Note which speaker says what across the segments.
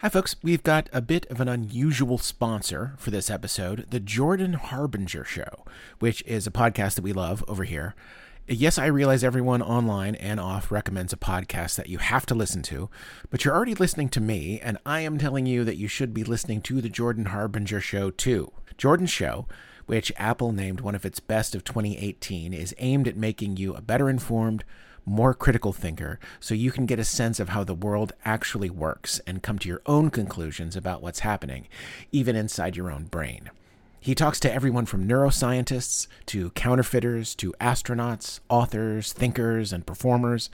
Speaker 1: Hi, folks. We've got a bit of an unusual sponsor for this episode the Jordan Harbinger Show, which is a podcast that we love over here. Yes, I realize everyone online and off recommends a podcast that you have to listen to, but you're already listening to me, and I am telling you that you should be listening to the Jordan Harbinger Show too. Jordan's show, which Apple named one of its best of 2018, is aimed at making you a better informed, more critical thinker so you can get a sense of how the world actually works and come to your own conclusions about what's happening, even inside your own brain. He talks to everyone from neuroscientists to counterfeiters to astronauts, authors, thinkers, and performers.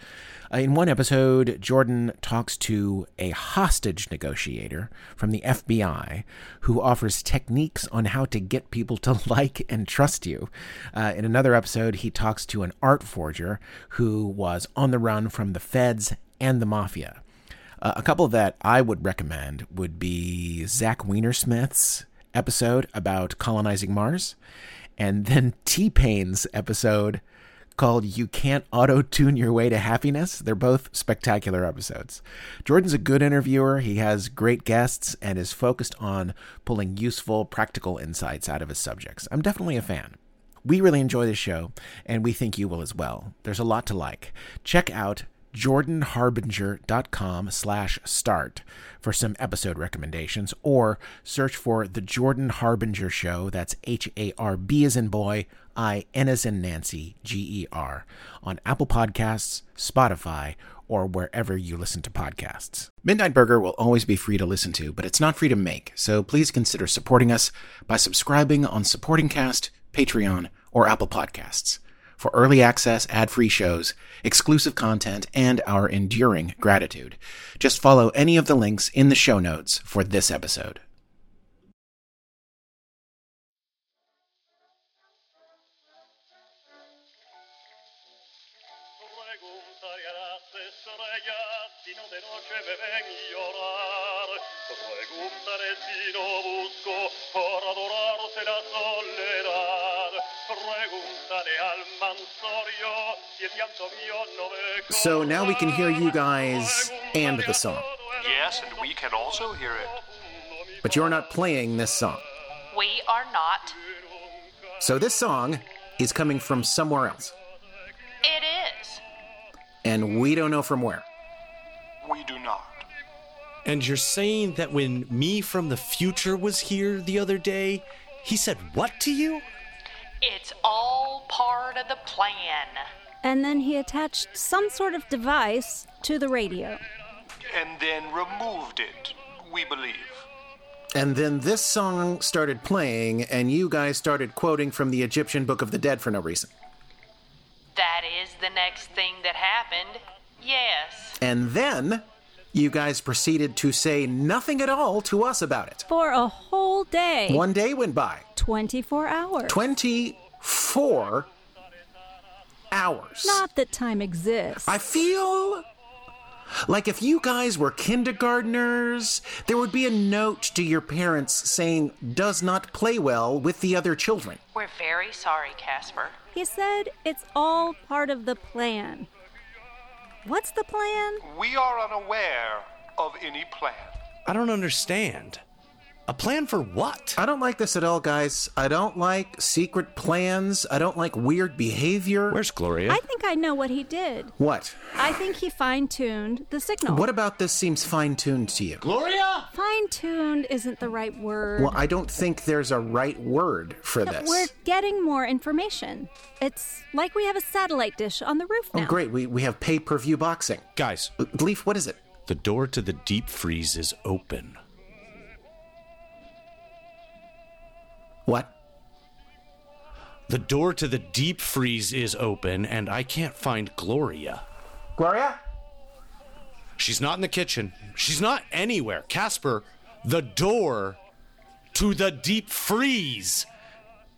Speaker 1: Uh, In one episode, Jordan talks to a hostage negotiator from the FBI who offers techniques on how to get people to like and trust you. Uh, in another episode, he talks to an art forger who was on the run from the feds and the mafia. Uh, a couple that I would recommend would be Zach Wienersmith's episode about colonizing Mars, and then T Pain's episode called You Can't Auto Tune Your Way to Happiness. They're both spectacular episodes. Jordan's a good interviewer, he has great guests, and is focused on pulling useful, practical insights out of his subjects. I'm definitely a fan. We really enjoy this show, and we think you will as well. There's a lot to like. Check out jordanharbinger.com slash start for some episode recommendations, or search for The Jordan Harbinger Show, that's H-A-R-B as in boy, I-N as in Nancy, G-E-R, on Apple Podcasts, Spotify, or wherever you listen to podcasts. Midnight Burger will always be free to listen to, but it's not free to make, so please consider supporting us by subscribing on Supporting Cast, Patreon, or Apple Podcasts for early access, ad-free shows, exclusive content, and our enduring gratitude. Just follow any of the links in the show notes for this episode.
Speaker 2: Preguntaré a las estrellas si no de noche me ven llorar. Preguntaré si no busco por adorarse la soledad. Preguntaré al mansorio si el llanto mío no me
Speaker 1: So now we can hear you guys and the song,
Speaker 3: Yes, and we can also hear it.
Speaker 1: but you're not playing this song.
Speaker 4: We are not.
Speaker 1: So this song is coming from somewhere else,
Speaker 4: It is.
Speaker 1: and we don't know from where.
Speaker 3: We do not.
Speaker 5: And you're saying that when me from the future was here the other day, he said what to you?
Speaker 4: It's all part of the plan.
Speaker 6: and then he attached some sort of device to the radio.
Speaker 3: And then removed it, we believe.
Speaker 1: And then this song started playing, and you guys started quoting from the Egyptian Book of the Dead for no reason.
Speaker 4: That is the next thing that happened. Yes.
Speaker 1: And then you guys proceeded to say nothing at all to us about it.
Speaker 6: For a whole day.
Speaker 1: One day went by.
Speaker 6: 24 hours.
Speaker 1: 24 hours.
Speaker 6: Not that time exists.
Speaker 1: I feel like if you guys were kindergarteners, there would be a note to your parents saying, does not play well with the other children.
Speaker 4: We're very sorry, Casper.
Speaker 6: he said it's all part of the plan. What's the plan?
Speaker 3: We are unaware of any plan.
Speaker 5: I don't understand. A plan for what?
Speaker 1: I don't like this at all, guys. I don't like secret plans. I don't like weird behavior.
Speaker 5: Where's Gloria?
Speaker 6: I think I know what he did.
Speaker 1: what?
Speaker 6: I think he fine tuned the signal.
Speaker 1: What about this seems fine tuned to you?
Speaker 5: Gloria?
Speaker 6: fine tuned isn't the right word.
Speaker 1: Well, I don't think there's a right word for
Speaker 6: But
Speaker 1: this.
Speaker 6: We're getting more information. It's like we have a satellite dish on the roof
Speaker 1: Oh,
Speaker 6: now.
Speaker 1: great. We, we have pay per view boxing.
Speaker 5: Guys,
Speaker 1: L- Leaf, what is it?
Speaker 5: the door to the deep freeze is open.
Speaker 1: What?
Speaker 5: The door to the deep freeze is open, and I can't find Gloria.
Speaker 1: Gloria?
Speaker 5: She's not in the kitchen. She's not anywhere. Casper, the door to the deep freeze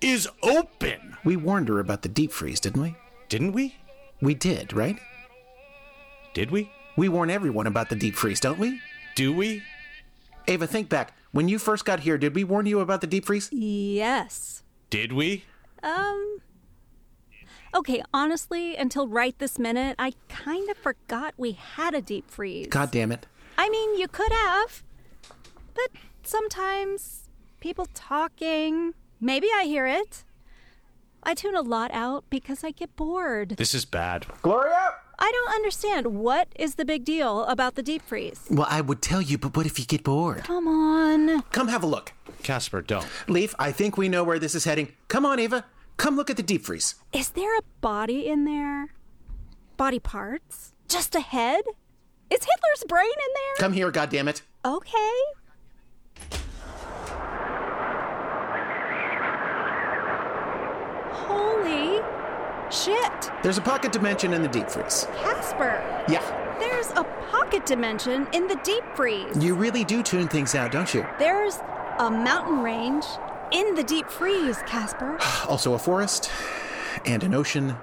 Speaker 5: is open.
Speaker 1: We warned her about the deep freeze, didn't we?
Speaker 5: Didn't we?
Speaker 1: We did, right?
Speaker 5: Did we?
Speaker 1: We warn everyone about the deep freeze, don't we?
Speaker 5: Do we?
Speaker 1: Ava, think back. When you first got here, did we warn you about the deep freeze?
Speaker 6: Yes.
Speaker 5: Did we?
Speaker 6: Um. Okay, honestly, until right this minute, I kind of forgot we had a deep freeze.
Speaker 1: God damn it.
Speaker 6: I mean, you could have. sometimes people talking. Maybe I hear it. I tune a lot out because I get bored.
Speaker 5: This is bad.
Speaker 7: Gloria?
Speaker 6: I don't understand what is the big deal about the deep freeze.
Speaker 8: Well, I would tell you, but what if you get bored?
Speaker 6: Come on.
Speaker 1: Come have a look.
Speaker 5: Casper, don't.
Speaker 1: Leaf, I think we know where this is heading. Come on, Ava. Come look at the deep freeze.
Speaker 6: Is there a body in there? Body parts? Just a head? Is Hitler's brain in there?
Speaker 1: Come here, goddammit.
Speaker 6: Okay. Holy shit,
Speaker 1: There's a pocket dimension in the deep freeze.
Speaker 6: Casper!
Speaker 1: Yeah.
Speaker 6: There's a pocket dimension in the deep freeze.
Speaker 8: You really do tune things out, don't you?
Speaker 6: There's a mountain range in the deep freeze, Casper.
Speaker 1: Also a forest and an ocean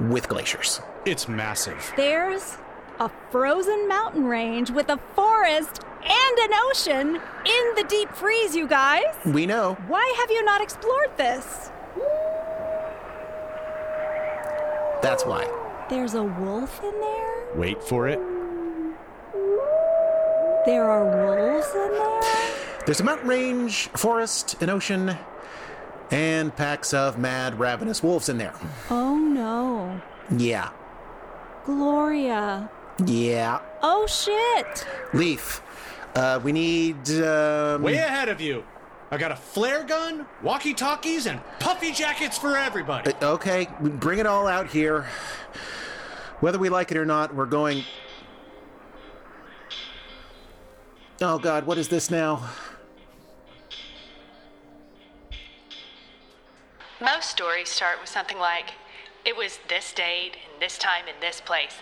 Speaker 1: with glaciers.
Speaker 5: It's massive.
Speaker 6: There's a frozen mountain range with a forest and an ocean in the deep freeze, you guys.
Speaker 1: We know.
Speaker 6: Why have you not explored this?
Speaker 1: That's why.
Speaker 6: There's a wolf in there.
Speaker 5: Wait for it.
Speaker 6: There are wolves in there.
Speaker 1: There's a mountain range, a forest, an ocean, and packs of mad, ravenous wolves in there.
Speaker 6: Oh no.
Speaker 1: Yeah.
Speaker 6: Gloria.
Speaker 1: Yeah.
Speaker 6: Oh shit.
Speaker 1: Leaf, uh, we need. Um,
Speaker 5: Way ahead of you. I got a flare gun, walkie talkies, and puffy jackets for everybody.
Speaker 1: uh, Okay, bring it all out here. Whether we like it or not, we're going. Oh God, what is this now?
Speaker 4: Most stories start with something like, it was this date and this time in this place.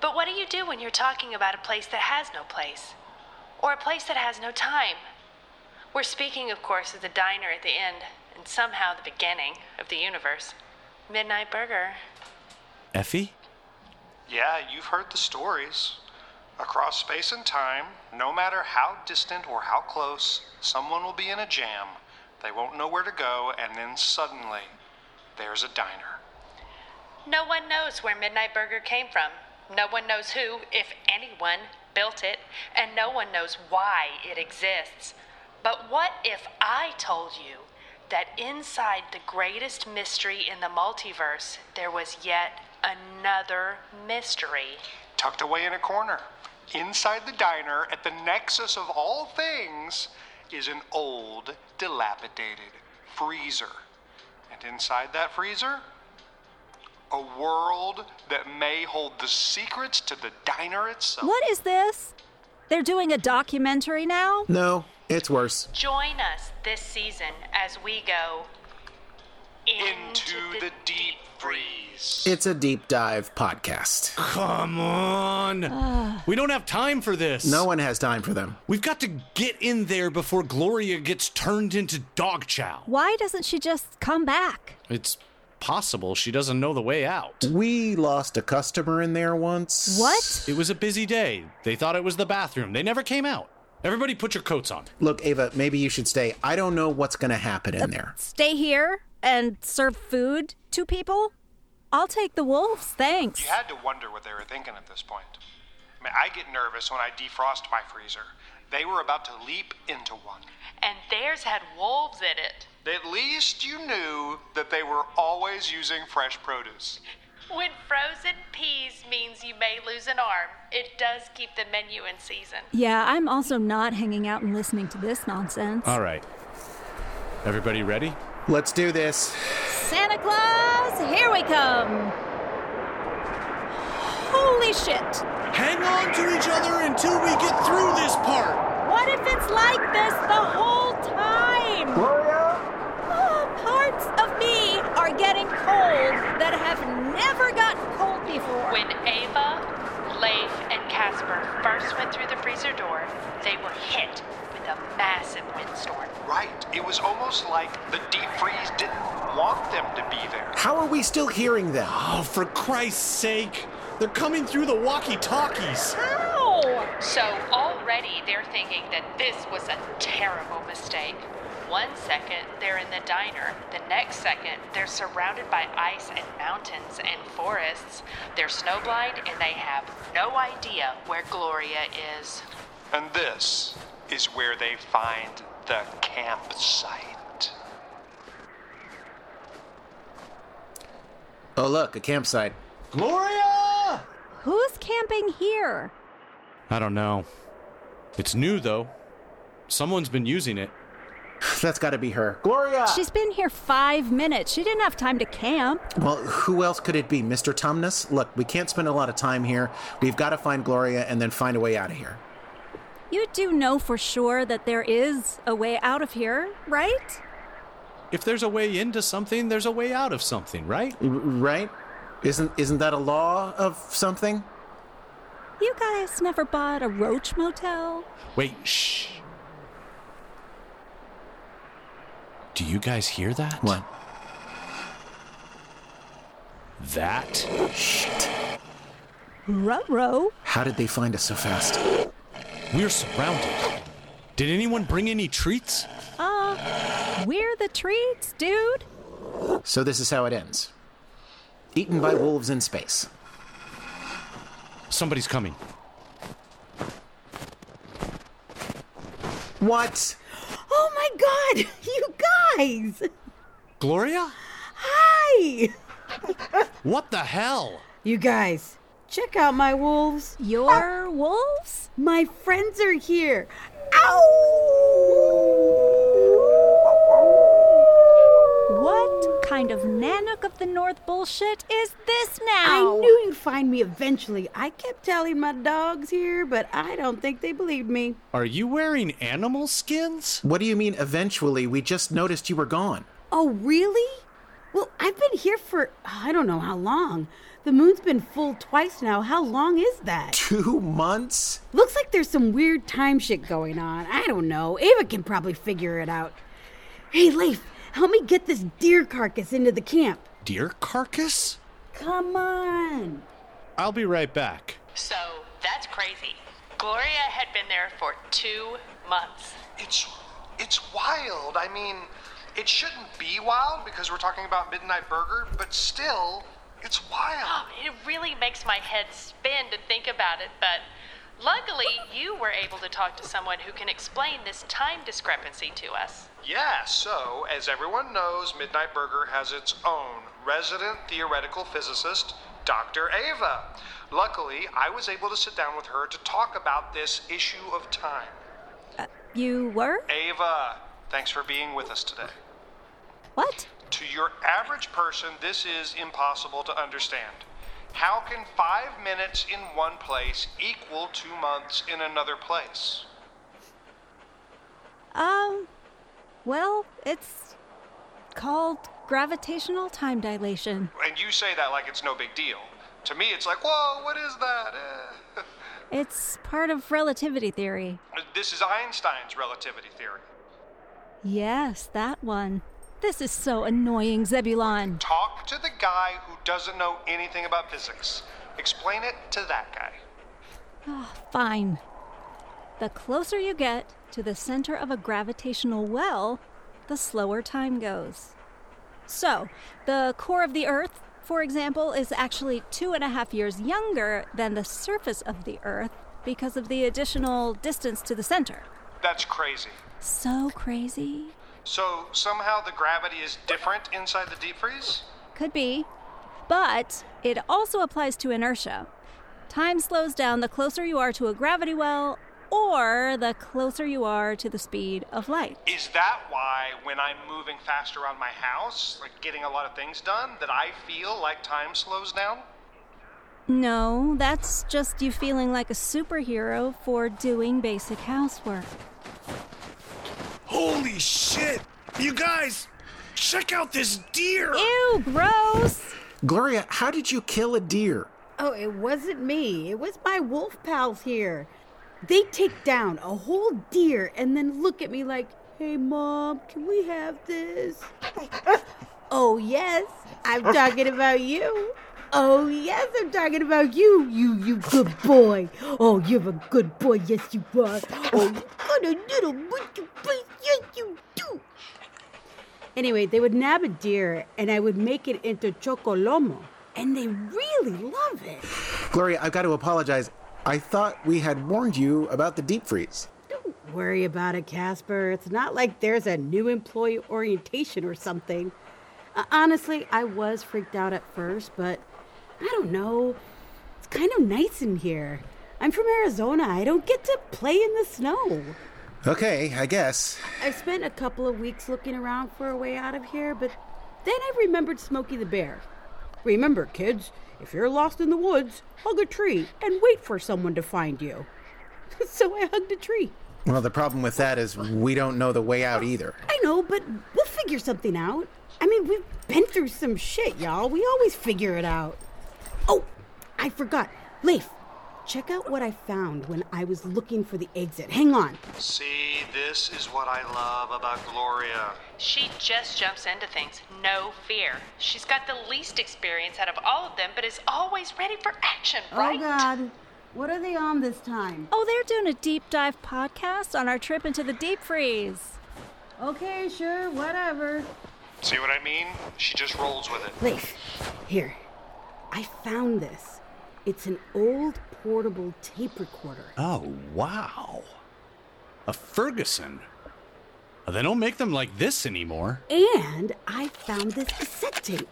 Speaker 4: But what do you do when you're talking about a place that has no place? Or a place that has no time? We're speaking, of course, of the diner at the end and somehow the beginning of the universe Midnight Burger.
Speaker 5: Effie?
Speaker 3: Yeah, you've heard the stories. Across space and time, no matter how distant or how close, someone will be in a jam. They won't know where to go, and then suddenly, there's a diner.
Speaker 4: No one knows where Midnight Burger came from. No one knows who, if anyone, built it, and no one knows why it exists. But what if I told you that inside the greatest mystery in the multiverse, there was yet another mystery?
Speaker 3: Tucked away in a corner, inside the diner, at the nexus of all things, is an old, dilapidated freezer. And inside that freezer, a world that may hold the secrets to the diner itself.
Speaker 6: What is this? They're doing a documentary now?
Speaker 1: No, it's worse.
Speaker 4: Join us this season as we go
Speaker 3: Into the deep freeze.
Speaker 1: It's a deep dive podcast.
Speaker 5: Come on. we don't have time for this.
Speaker 1: No one has time for them.
Speaker 5: We've got to get in there before Gloria gets turned into dog chow.
Speaker 6: Why doesn't she just come back?
Speaker 5: It's possible she doesn't know the way out.
Speaker 1: We lost a customer in there once.
Speaker 6: What?
Speaker 5: It was a busy day. They thought it was the bathroom. They never came out. Everybody put your coats on.
Speaker 1: Look, Ava, maybe you should stay. I don't know what's going to happen in there.
Speaker 6: Stay here and serve food to people? I'll take the wolves, thanks.
Speaker 3: You had to wonder what they were thinking at this point. I mean, I get nervous when I defrost my freezer. They were about to leap into one.
Speaker 4: and theirs had wolves in it.
Speaker 3: At least you knew that they were always using fresh produce.
Speaker 4: When frozen peas means you may lose an arm, it does keep the menu in season.
Speaker 6: Yeah, I'm also not hanging out and listening to this nonsense.
Speaker 5: All right. Everybody ready?
Speaker 1: Let's do this.
Speaker 6: Santa Claus, here we come! Holy shit!
Speaker 5: Hang on to each other until we get through this part.
Speaker 6: What if it's like this the whole time?
Speaker 7: Gloria?
Speaker 6: Oh, parts of me are getting cold that have never gotten cold before.
Speaker 4: When Ava, Leif, and Casper first went through the freezer door, they were hit with a massive windstorm.
Speaker 3: Right, it was almost like the deep freeze didn't want them to be there.
Speaker 1: How are we still hearing them?
Speaker 5: Oh, for Christ's sake. They're coming through the walkie talkies.
Speaker 6: Ow!
Speaker 4: So already they're thinking that this was a terrible mistake. One second they're in the diner, the next second they're surrounded by ice and mountains and forests. They're snowblind and they have no idea where Gloria is.
Speaker 3: And this is where they find the campsite.
Speaker 8: Oh, look, a campsite.
Speaker 5: Gloria!
Speaker 6: Who's camping here?
Speaker 5: I don't know. It's new, though. Someone's been using it.
Speaker 8: That's got to be her. Gloria!
Speaker 6: She's been here five minutes. She didn't have time to camp.
Speaker 8: Well, who else could it be? Mr. Tumnus? Look, we can't spend a lot of time here. We've got to find Gloria and then find a way out of here.
Speaker 6: You do know for sure that there is a way out of here, right?
Speaker 5: If there's a way into something, there's a way out of something, right?
Speaker 8: R- Right? Isn't isn't that a law of something?
Speaker 6: You guys never bought a roach motel?
Speaker 5: Wait, shh. Do you guys hear that?
Speaker 8: What?
Speaker 5: That?
Speaker 8: Shit.
Speaker 6: Ruh-roh.
Speaker 8: How did they find us so fast?
Speaker 5: We're surrounded. Did anyone bring any treats?
Speaker 6: Uh, we're the treats, dude.
Speaker 8: So this is how it ends. Eaten by wolves in space.
Speaker 5: Somebody's coming.
Speaker 8: What?
Speaker 7: Oh my god! You guys!
Speaker 5: Gloria?
Speaker 7: Hi!
Speaker 5: What the hell?
Speaker 7: You guys, check out my wolves.
Speaker 6: Your wolves?
Speaker 7: My friends are here. Ow!
Speaker 6: What kind of Nanook of the North bullshit is this
Speaker 7: I
Speaker 6: now?
Speaker 7: knew you'd find me eventually. I kept telling my dogs here, but I don't think they believed me.
Speaker 5: Are you wearing animal skins?
Speaker 8: What do you mean eventually? We just noticed you were gone.
Speaker 7: Oh, really? Well, I've been here for I don't know how long. The moon's been full twice now. How long is that?
Speaker 8: Two months?
Speaker 7: Looks like there's some weird time shit going on. I don't know. Ava can probably figure it out. Hey, Leif, help me get this deer carcass into the camp.
Speaker 5: Deer carcass?
Speaker 7: Come on.
Speaker 5: I'll be right back.
Speaker 4: So that's crazy. Gloria had been there for two months.
Speaker 3: It's it's wild. I mean, it shouldn't be wild because we're talking about Midnight Burger, but still, it's wild.
Speaker 4: It really makes my head spin to think about it, but luckily you were able to talk to someone who can explain this time discrepancy to us.
Speaker 3: Yeah, so as everyone knows, Midnight Burger has its own resident theoretical physicist, Dr. Ava. Luckily, I was able to sit down with her to talk about this issue of time.
Speaker 6: You were?
Speaker 3: Ava, thanks for being with us today.
Speaker 6: What?
Speaker 3: To your average person, this is impossible to understand. How can five minutes in one place equal two months in another place?
Speaker 6: Um, well, it's called gravitational time dilation.
Speaker 3: And you say that like it's no big deal. To me, it's like, whoa, what is that? Eh.
Speaker 6: It's part of relativity theory.
Speaker 3: this is Einstein's relativity theory.
Speaker 6: Yes, that one. This is so annoying, Zebulon.
Speaker 3: Talk to the guy who doesn't know anything about physics. Explain it to that guy.
Speaker 6: Ah, Fine. The closer you get to the center of a gravitational well, the slower time goes. So, the core of the Earth, for example, is actually two and a half years younger than the surface of the Earth because of the additional distance to the center.
Speaker 3: That's crazy.
Speaker 6: So crazy.
Speaker 3: So somehow the gravity is different inside the deep freeze?
Speaker 6: Could be. But it also applies to inertia. Time slows down the closer you are to a gravity well or the closer you are to the speed of light.
Speaker 3: Is that why when I'm moving fast around my house, like getting a lot of things done, that I feel like time slows down?
Speaker 6: No, that's just you feeling like a superhero for doing basic housework.
Speaker 5: Holy shit! You guys, check out this deer!
Speaker 6: Ew, gross!
Speaker 8: Gloria, how did you kill a deer?
Speaker 7: Oh, it wasn't me. It was my wolf pals here. They take down a whole deer and then look at me like, hey, mom, can we have this? oh, yes, I'm talking about you. Oh, yes, I'm talking about you. You, you good boy. Oh, you're a good boy. Yes, you are. Oh, you got a little monkey face. Yes, you do. Anyway, they would nab a deer and I would make it into chocolomo. And they really love it.
Speaker 8: Gloria, I've got to apologize. I thought we had warned you about the deep freeze.
Speaker 7: No, Worry about it, Casper. It's not like there's a new employee orientation or something. Uh, honestly, I was freaked out at first, but I don't know. It's kind of nice in here. I'm from Arizona. I don't get to play in the snow.
Speaker 8: Okay, I guess.
Speaker 7: I spent a couple of weeks looking around for a way out of here, but then I remembered Smokey the Bear. Remember, kids, if you're lost in the woods, hug a tree and wait for someone to find you. so I hugged a tree.
Speaker 8: Well, the problem with that is we don't know the way out either.
Speaker 7: I know, but we'll figure something out. I mean, we've been through some shit, y'all. We always figure it out. Oh, I forgot. Leif, check out what I found when I was looking for the exit. Hang on.
Speaker 3: See, this is what I love about Gloria.
Speaker 4: She just jumps into things, no fear. She's got the least experience out of all of them, but is always ready for action, right?
Speaker 7: Oh, God. What are they on this time?
Speaker 6: Oh, they're doing a deep dive podcast on our trip into the deep freeze.
Speaker 7: Okay, sure, whatever.
Speaker 3: See what I mean? She just rolls with it.
Speaker 7: Leif, here. I found this. It's an old portable tape recorder.
Speaker 5: Oh, wow. A Ferguson. They don't make them like this anymore.
Speaker 7: And I found this cassette tape.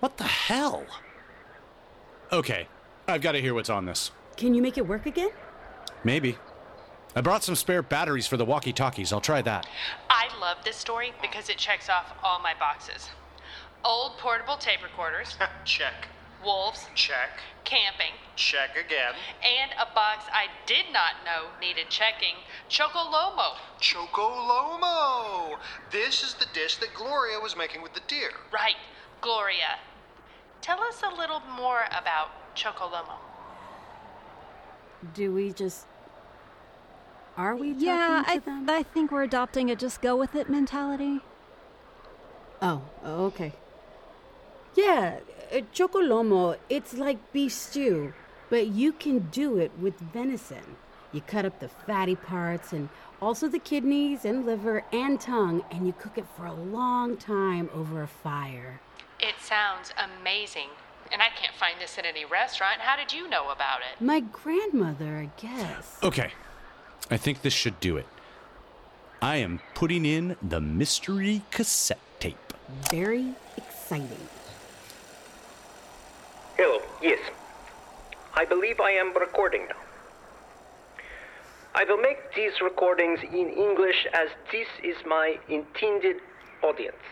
Speaker 5: What the hell? Okay, I've got to hear what's on this.
Speaker 7: Can you make it work again?
Speaker 5: Maybe. I brought some spare batteries for the walkie talkies. I'll try that.
Speaker 4: I love this story because it checks off all my boxes old portable tape recorders,
Speaker 3: Check,
Speaker 4: wolves,
Speaker 3: check,
Speaker 4: camping,
Speaker 3: check again.
Speaker 4: and a box I did not know needed checking Chocolomo.
Speaker 3: Chocolomo! This is the dish that Gloria was making with the deer.
Speaker 4: Right, Gloria. Tell us a little more about Chocolomo.
Speaker 7: Do we just. Are we talking
Speaker 6: Yeah,
Speaker 7: to
Speaker 6: I,
Speaker 7: them?
Speaker 6: I think we're adopting a just go with it mentality.
Speaker 7: Oh, okay. Yeah, uh, chocolomo, it's like beef stew, but you can do it with venison. You cut up the fatty parts and also the kidneys and liver and tongue, and you cook it for a long time over a fire.
Speaker 4: It sounds amazing, and I can't find this in any restaurant. How did you know about it?
Speaker 7: My grandmother, I guess.
Speaker 5: Okay, I think this should do it. I am putting in the mystery cassette tape.
Speaker 7: Very exciting.
Speaker 9: Hello, yes. I believe I am recording now. I will make these recordings in English as this is my intended audience.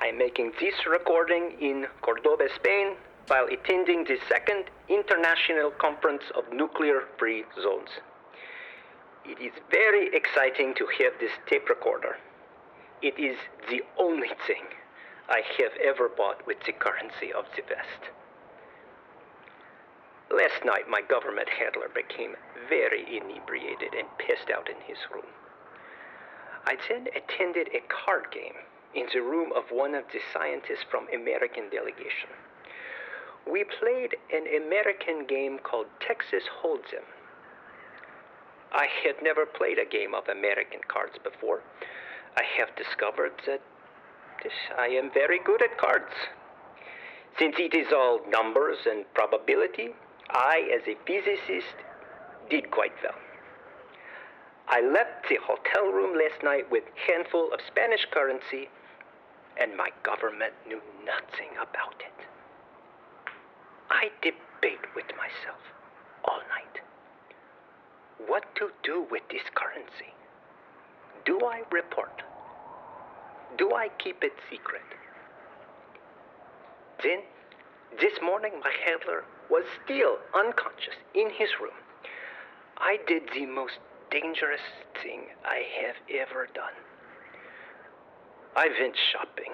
Speaker 9: I am making this recording in Cordoba, Spain, while attending the second International Conference of Nuclear Free Zones. It is very exciting to have this tape recorder. It is the only thing I have ever bought with the currency of the West. Last night, my government handler became very inebriated and passed out in his room. I then attended a card game in the room of one of the scientists from American delegation. We played an American game called Texas Hold'em. I had never played a game of American cards before. I have discovered that this, I am very good at cards. Since it is all numbers and probability, I, as a physicist, did quite well. I left the hotel room last night with handful of Spanish currency, and my government knew nothing about it. I debate with myself all night what to do with this currency. Do I report? Do I keep it secret? Then, this morning, my handler was still unconscious in his room. I did the most dangerous thing I have ever done. I went shopping.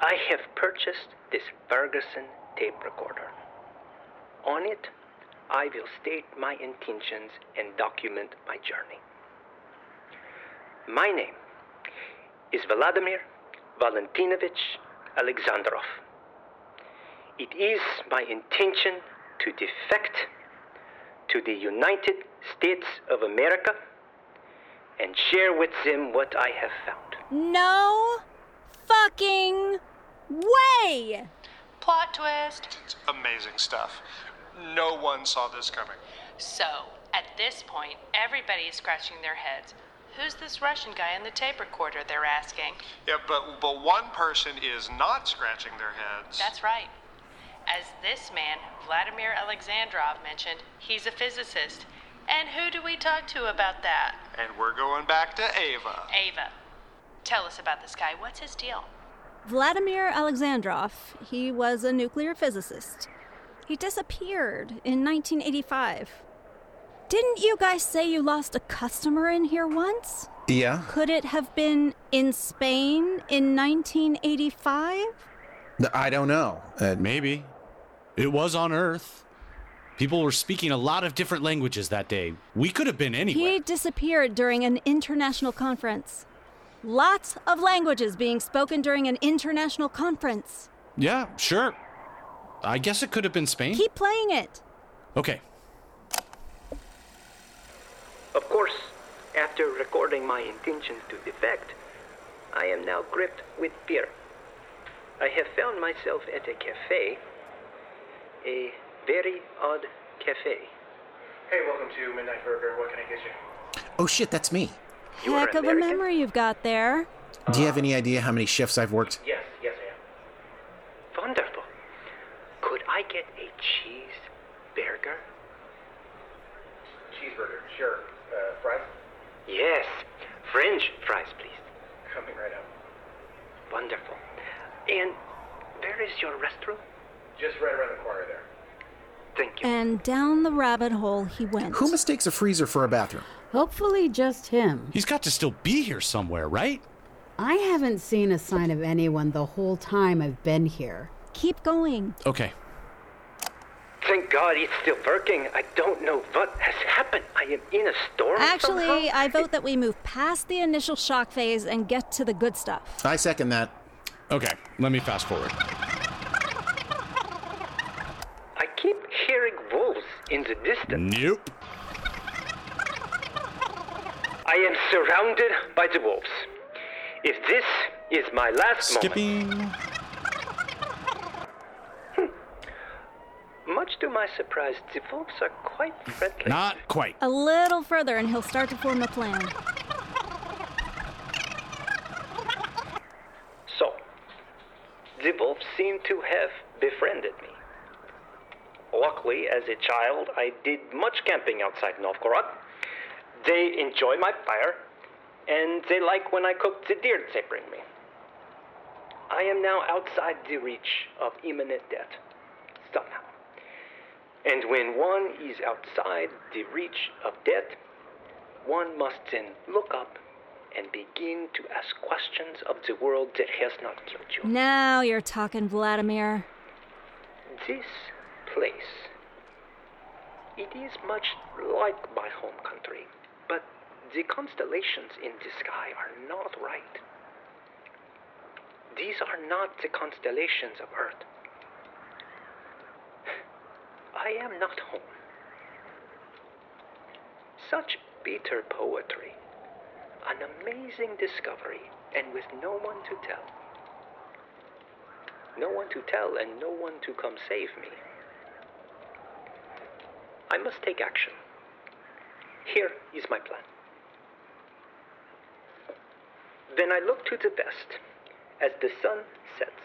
Speaker 9: I have purchased this Ferguson tape recorder. On it, I will state my intentions and document my journey. My name is Vladimir Valentinovich Alexandrov. It is my intention to defect to the United States of America and share with them what I have found.
Speaker 6: No fucking way!
Speaker 4: Plot twist.
Speaker 3: Amazing stuff. No one saw this coming.
Speaker 4: So, at this point, everybody is scratching their heads. Who's this Russian guy in the tape recorder? They're asking.
Speaker 3: Yeah, but but one person is not scratching their heads.
Speaker 4: That's right. As this man, Vladimir Alexandrov, mentioned, he's a physicist. And who do we talk to about that?
Speaker 3: and we're going back to Ava.
Speaker 4: Ava. Tell us about this guy. What's his deal?
Speaker 6: Vladimir Alexandrov, he was a nuclear physicist. He disappeared in 1985. Didn't you guys say you lost a customer in here once?
Speaker 8: Yeah.
Speaker 6: Could it have been in Spain in 1985?
Speaker 8: I don't know. Uh,
Speaker 5: Maybe. It was on Earth. People were speaking a lot of different languages that day. We could have been anywhere.
Speaker 6: He disappeared during an international conference. Lots of languages being spoken during an international conference.
Speaker 5: Yeah, sure. I guess it could have been Spain.
Speaker 6: Keep playing it.
Speaker 5: Okay.
Speaker 9: Of course, after recording my intention to defect, I am now gripped with fear. I have found myself at a cafe, a very odd cafe.
Speaker 10: Hey, welcome to Midnight Burger. What can I get you?
Speaker 8: oh shit, that's me.
Speaker 9: You are
Speaker 6: Heck of a
Speaker 9: American?
Speaker 6: memory you've got there.
Speaker 8: Do you have any idea how many shifts I've worked?
Speaker 10: Yes, yes, I am.
Speaker 9: Wonderful. Could I get a cheese burger?
Speaker 10: Cheeseburger, sure. Uh, fries?
Speaker 9: Yes, French fries, please.
Speaker 10: Coming right up.
Speaker 9: Wonderful. And where is your restroom?
Speaker 10: Just right around the corner there.
Speaker 9: Thank you.
Speaker 6: And down the rabbit hole he went.
Speaker 8: Who mistakes a freezer for a bathroom?
Speaker 7: Hopefully, just him.
Speaker 5: He's got to still be here somewhere, right?
Speaker 7: I haven't seen a sign of anyone the whole time I've been here.
Speaker 6: Keep going.
Speaker 5: Okay.
Speaker 9: Thank God it's still working. I don't know what has happened. I am in a storm.
Speaker 6: Actually,
Speaker 9: somehow.
Speaker 6: I vote that we move past the initial shock phase and get to the good stuff.
Speaker 8: I second that.
Speaker 5: Okay. Let me fast forward.
Speaker 9: I keep hearing wolves in the distance.
Speaker 5: Nope.
Speaker 9: I am surrounded by the wolves. If this is my last moment,
Speaker 5: Skipping.
Speaker 9: much to my surprise, the wolves are quite friendly.
Speaker 5: Not quite.
Speaker 6: A little further, and he'll start to form a plan.
Speaker 9: So, the wolves seem to have befriended me. Luckily, as a child, I did much camping outside Novgorod. They enjoy my fire, and they like when I cook the deer they bring me. I am now outside the reach of imminent death, somehow. And when one is outside the reach of death, one must then look up and begin to ask questions of the world that has not killed you.
Speaker 6: Now you're talking, Vladimir.
Speaker 9: This place. It is much like my home country, but the constellations in the sky are not right. These are not the constellations of Earth. I am not home. Such bitter poetry. An amazing discovery, and with no one to tell. No one to tell and no one to come save me. I must take action. Here is my plan. Then I look to the west. As the sun sets,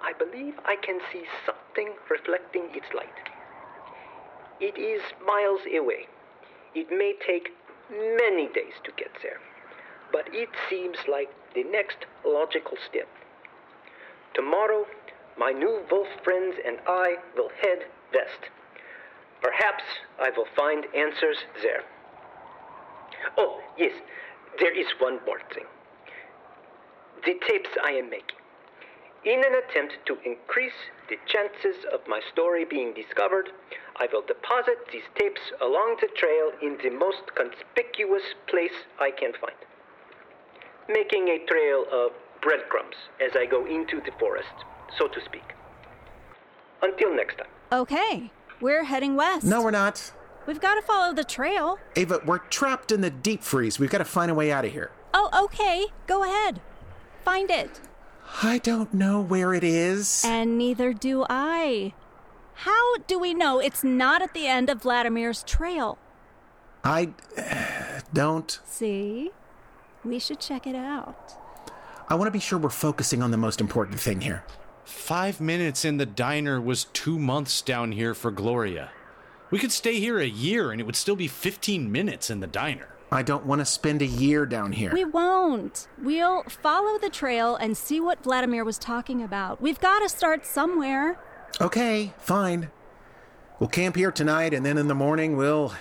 Speaker 9: I believe I can see something reflecting its light. It is miles away. It may take many days to get there, but it seems like the next logical step. Tomorrow, my new wolf friends and I will head west. Perhaps I will find answers there. Oh, yes, there is one more thing. The tapes I am making. In an attempt to increase the chances of my story being discovered, I will deposit these tapes along the trail in the most conspicuous place I can find making a trail of breadcrumbs as I go into the forest, so to speak. Until next time.
Speaker 6: Okay, we're heading west.
Speaker 8: No, we're not.
Speaker 6: We've got to follow the trail.
Speaker 8: Ava, we're trapped in the deep freeze. We've got to find a way out of here.
Speaker 6: Oh, okay. Go ahead. Find it.
Speaker 8: I don't know where it is.
Speaker 6: And neither do I. How do we know it's not at the end of Vladimir's trail?
Speaker 8: I don't.
Speaker 6: See? We should check it out.
Speaker 8: I want to be sure we're focusing on the most important thing here.
Speaker 5: Five minutes in the diner was two months down here for Gloria. We could stay here a year and it would still be 15 minutes in the diner.
Speaker 8: I don't want to spend a year down here.
Speaker 6: We won't. We'll follow the trail and see what Vladimir was talking about. We've got to start somewhere.
Speaker 8: Okay, fine. We'll camp here tonight, and then in the morning we'll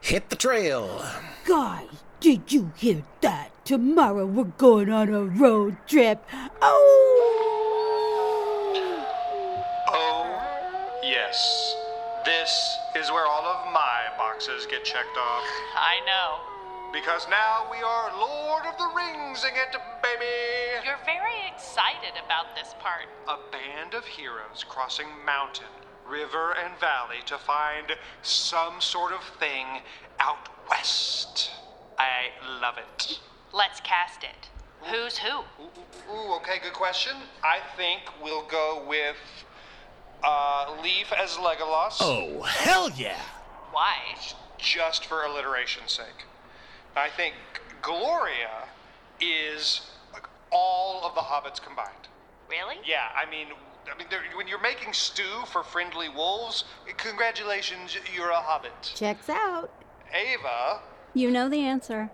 Speaker 8: hit the trail.
Speaker 7: Guys, did you hear that? Tomorrow we're going on a road trip. Oh!
Speaker 3: Oh, yes. This is where all of my boxes get checked off.
Speaker 4: I know.
Speaker 3: Because now we are Lord of the Rings it, baby!
Speaker 4: You're very excited about this part.
Speaker 3: A band of heroes crossing mountain, river, and valley to find some sort of thing out west. I love it.
Speaker 4: Let's cast it. Who's who?
Speaker 3: Ooh, ooh, ooh, okay, good question. I think we'll go with uh, Leaf as Legolas.
Speaker 5: Oh, hell yeah!
Speaker 4: Why?
Speaker 3: just for alliteration's sake. I think Gloria is all of the hobbits combined.
Speaker 4: Really?
Speaker 3: Yeah, I mean, I mean, there- when you're making stew for friendly wolves, congratulations, you're a hobbit.
Speaker 7: Checks out.
Speaker 3: Ava,
Speaker 6: You know the answer.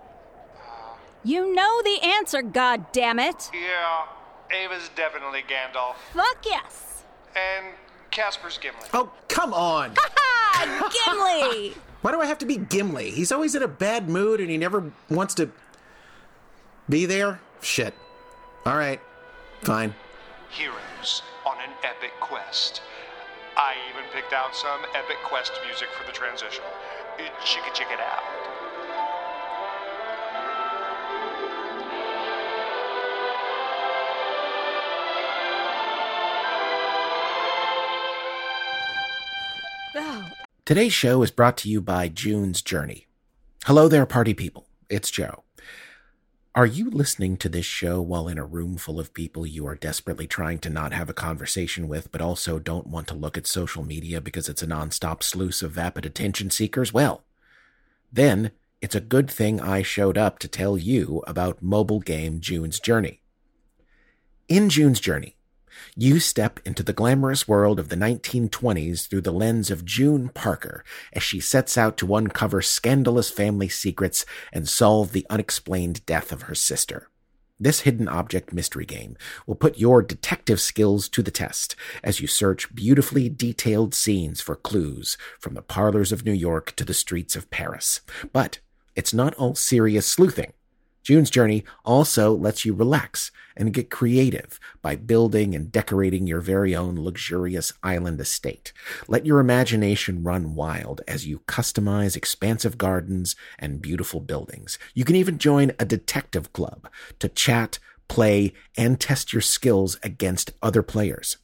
Speaker 6: You know the answer, god damn it.
Speaker 3: yeah, Ava's definitely Gandalf,
Speaker 6: Fuck yes.
Speaker 3: and Casper's Gimli.
Speaker 8: Oh, come on.
Speaker 6: Ha! Gimli.
Speaker 8: Why do I have to be Gimli? He's always in a bad mood and he never wants to be there. Shit. All right. Fine.
Speaker 3: Heroes on an epic quest. I even picked out some epic quest music for the transition. Uh, Chicka chicka it out.
Speaker 6: oh,
Speaker 1: Today's show is brought to you by June's Journey. Hello there, party people. It's Joe. Are you listening to this show while in a room full of people you are desperately trying to not have a conversation with, but also don't want to look at social media because it's a nonstop sluice of vapid attention seekers? Well, then it's a good thing I showed up to tell you about mobile game June's Journey. In June's Journey, you step into the glamorous world of the 1920s through the lens of June Parker as she sets out to uncover scandalous family secrets and solve the unexplained death of her sister. This hidden object mystery game will put your detective skills to the test as you search beautifully detailed scenes for clues from the parlors of New York to the streets of Paris. But it's not all serious sleuthing. June's Journey also lets you relax and get creative by building and decorating your very own luxurious island estate. Let your imagination run wild as you customize expansive gardens and beautiful buildings. You can even join a detective club to chat, play, and test your skills against other players.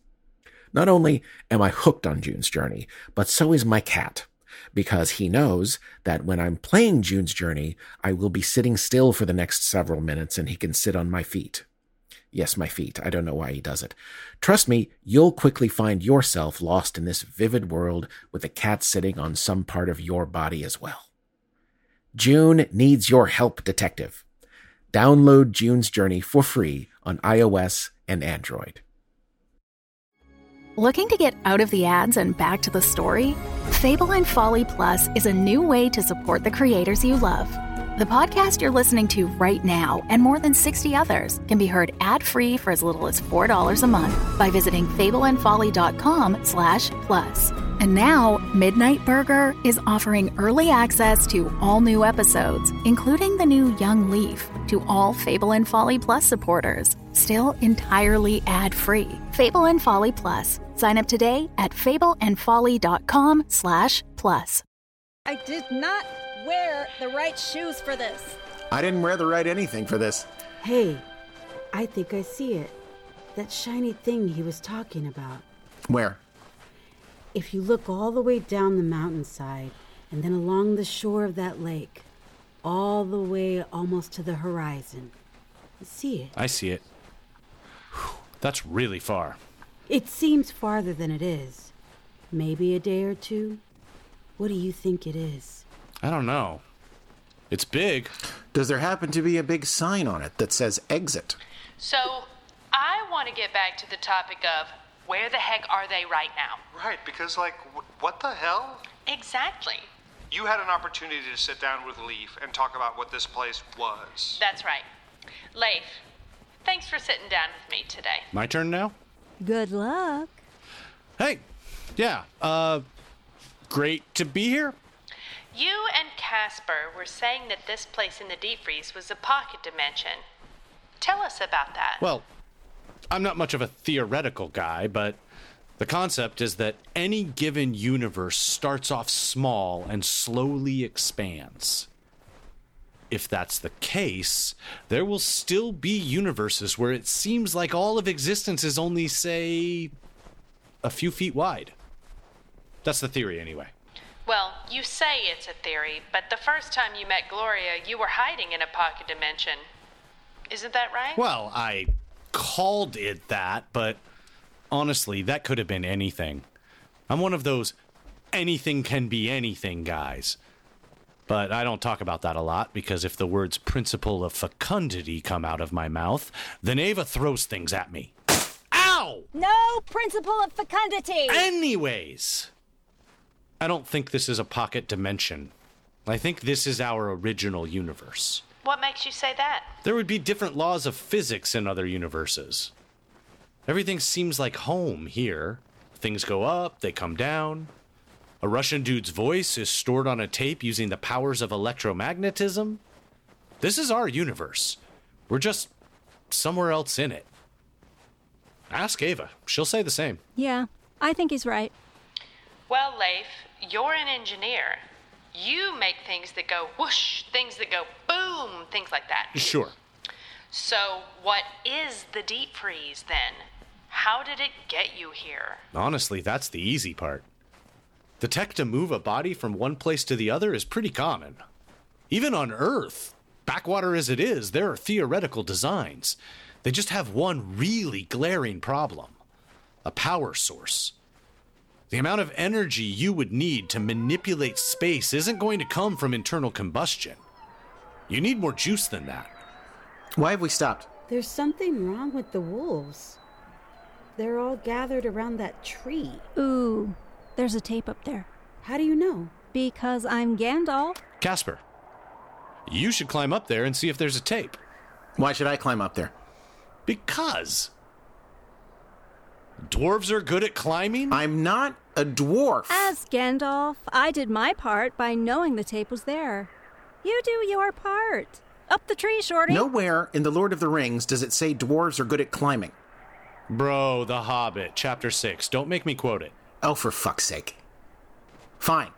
Speaker 1: Not only am I hooked on June's Journey, but so is my cat, because he knows that when I'm playing June's Journey, I will be sitting still for the next several minutes and he can sit on my feet. Yes, my feet. I don't know why he does it. Trust me, you'll quickly find yourself lost in this vivid world with a cat sitting on some part of your body as well. June needs your help, detective. Download June's Journey for free on iOS and Android.
Speaker 11: Looking to get out of the ads and back to the story? Fable and Folly Plus is a new way to support the creators you love. The podcast you're listening to right now and more than 60 others can be heard ad-free for as little as $4 a month by visiting fableandfolly.com slash plus. And now, Midnight Burger is offering early access to all new episodes, including the new Young Leaf, to all Fable and Folly Plus supporters, still entirely ad-free. Fable and Folly Plus. Sign up today at fableandfolly.com slash plus.
Speaker 6: I did not wear the right shoes for this.
Speaker 8: I didn't wear the right anything for this.
Speaker 7: Hey, I think I see it. That shiny thing he was talking about.
Speaker 8: Where?
Speaker 7: If you look all the way down the mountainside and then along the shore of that lake, all the way almost to the horizon, you see it.
Speaker 5: I see it. Whew, that's really far.
Speaker 7: It seems farther than it is. Maybe a day or two? What do you think it is?
Speaker 5: I don't know. It's big.
Speaker 8: Does there happen to be a big sign on it that says exit?
Speaker 4: So, I want to get back to the topic of where the heck are they right now?
Speaker 3: Right, because, like, wh- what the hell?
Speaker 4: Exactly.
Speaker 3: You had an opportunity to sit down with Leaf and talk about what this place was.
Speaker 4: That's right. Leif, thanks for sitting down with me today.
Speaker 5: My turn now?
Speaker 6: Good luck.
Speaker 5: Hey, yeah, uh, great to be here.
Speaker 4: You and Casper were saying that this place in the deep freeze was a pocket dimension. Tell us about that.
Speaker 5: Well, I'm not much of a theoretical guy, but the concept is that any given universe starts off small and slowly expands. If that's the case, there will still be universes where it seems like all of existence is only, say, a few feet wide. That's the theory, anyway.
Speaker 4: Well, you say it's a theory, but the first time you met Gloria, you were hiding in a pocket dimension. Isn't that right?
Speaker 5: Well, I called it that, but honestly, that could have been anything. I'm one of those anything can be anything guys. But I don't talk about that a lot because if the words principle of fecundity come out of my mouth, then Ava throws things at me. Ow!
Speaker 12: No principle of fecundity.
Speaker 5: Anyways, I don't think this is a pocket dimension. I think this is our original universe.
Speaker 4: What makes you say that?
Speaker 5: There would be different laws of physics in other universes. Everything seems like home here. Things go up, they come down. A Russian dude's voice is stored on a tape using the powers of electromagnetism. This is our universe. We're just somewhere else in it. Ask Ava. She'll say the same.
Speaker 6: Yeah, I think he's right.
Speaker 4: Well, Leif, you're an engineer. You make things that go whoosh, things that go boom, things like that.
Speaker 5: Sure.
Speaker 4: So, what is the deep freeze then? How did it get you here?
Speaker 5: Honestly, that's the easy part. The tech to move a body from one place to the other is pretty common. Even on Earth, backwater as it is, there are theoretical designs. They just have one really glaring problem a power source. The amount of energy you would need to manipulate space isn't going to come from internal combustion. You need more juice than that.
Speaker 8: Why have we stopped?
Speaker 7: There's something wrong with the wolves. They're all gathered around that tree.
Speaker 6: Ooh, there's a tape up there.
Speaker 7: How do you know?
Speaker 6: Because I'm Gandalf.
Speaker 5: Casper, you should climb up there and see if there's a tape.
Speaker 8: Why should I climb up there?
Speaker 5: Because dwarves are good at climbing?
Speaker 8: I'm not a dwarf.
Speaker 6: As Gandalf, I did my part by knowing the tape was there. You do your part. Up the tree, Shorty.
Speaker 8: Nowhere in The Lord of the Rings does it say dwarves are good at climbing.
Speaker 5: Bro, The Hobbit, Chapter 6. Don't make me quote it.
Speaker 8: Oh, for fuck's sake. Fine.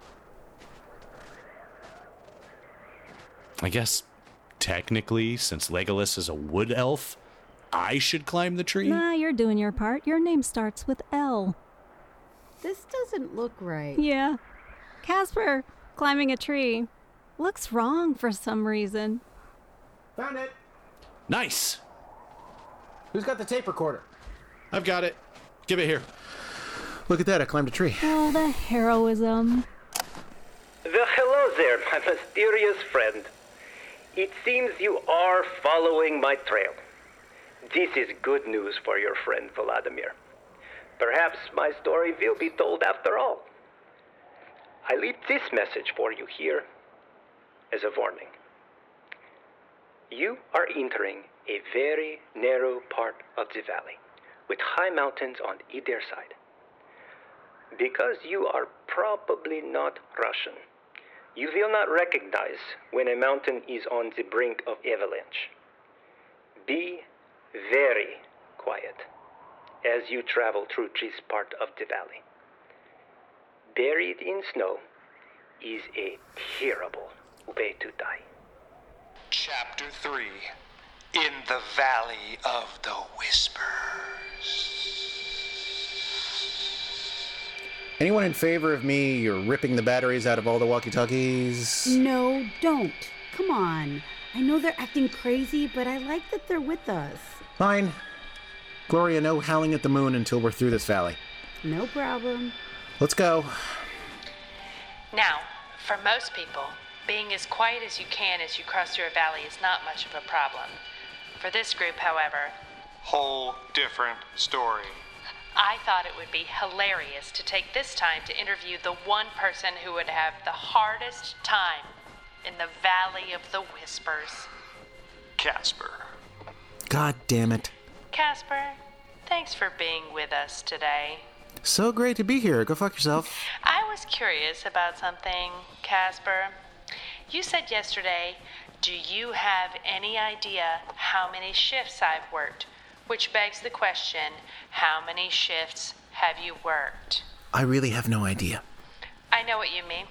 Speaker 5: I guess, technically, since Legolas is a wood elf, I should climb the tree?
Speaker 6: Nah, you're doing your part. Your name starts with L.
Speaker 7: This doesn't look right.
Speaker 6: Yeah. Casper, climbing a tree. Looks wrong for some reason.
Speaker 8: Found it.
Speaker 5: Nice.
Speaker 8: Who's got the tape recorder?
Speaker 5: I've got it. Give it here.
Speaker 8: Look at that. I climbed a tree.
Speaker 6: Oh, the heroism.
Speaker 9: Well, hello there, my mysterious friend. It seems you are following my trail. This is good news for your friend Vladimir. Perhaps my story will be told after all. I leave this message for you here as a warning. You are entering a very narrow part of the valley with high mountains on either side. Because you are probably not Russian, you will not recognize when a mountain is on the brink of avalanche. Be very quiet as you travel through this part of the valley. Buried in snow is a terrible way to die.
Speaker 3: Chapter 3 In the Valley of the Whispers.
Speaker 8: Anyone in favor of me? You're ripping the batteries out of all the walkie talkies.
Speaker 7: No, don't. Come on. I know they're acting crazy, but I like that they're with us.
Speaker 8: Fine. Gloria, no howling at the moon until we're through this valley.
Speaker 7: No problem.
Speaker 8: Let's go.
Speaker 4: Now, for most people, being as quiet as you can as you cross through a valley is not much of a problem. For this group, however,
Speaker 3: Whole different story.
Speaker 4: I thought it would be hilarious to take this time to interview the one person who would have the hardest time in the Valley of the Whispers.
Speaker 3: Casper.
Speaker 8: God damn it.
Speaker 4: Casper, thanks for being with us today.
Speaker 8: So great to be here. Go fuck yourself.
Speaker 4: I was curious about something, Casper. You said yesterday, do you have any idea how many shifts I've worked? Which begs the question, how many shifts have you worked?
Speaker 1: I really have no idea.
Speaker 4: I know what you mean.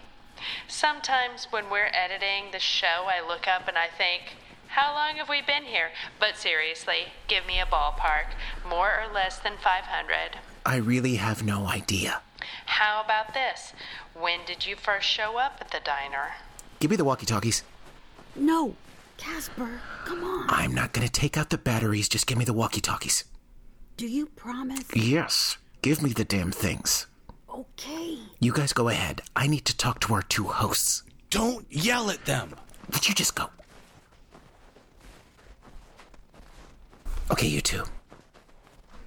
Speaker 4: Sometimes when we're editing the show, I look up and I think, how long have we been here? But seriously, give me a ballpark, more or less than 500.
Speaker 1: I really have no idea.
Speaker 4: How about this? When did you first show up at the diner?
Speaker 1: Give me the walkie talkies.
Speaker 7: No, Casper, come on.
Speaker 1: I'm not going to take out the batteries. Just give me the walkie talkies.
Speaker 7: Do you promise?
Speaker 1: Yes. Give me the damn things.
Speaker 7: Okay.
Speaker 1: You guys go ahead. I need to talk to our two hosts.
Speaker 5: Don't yell at them.
Speaker 1: Would you just go? Okay, you two.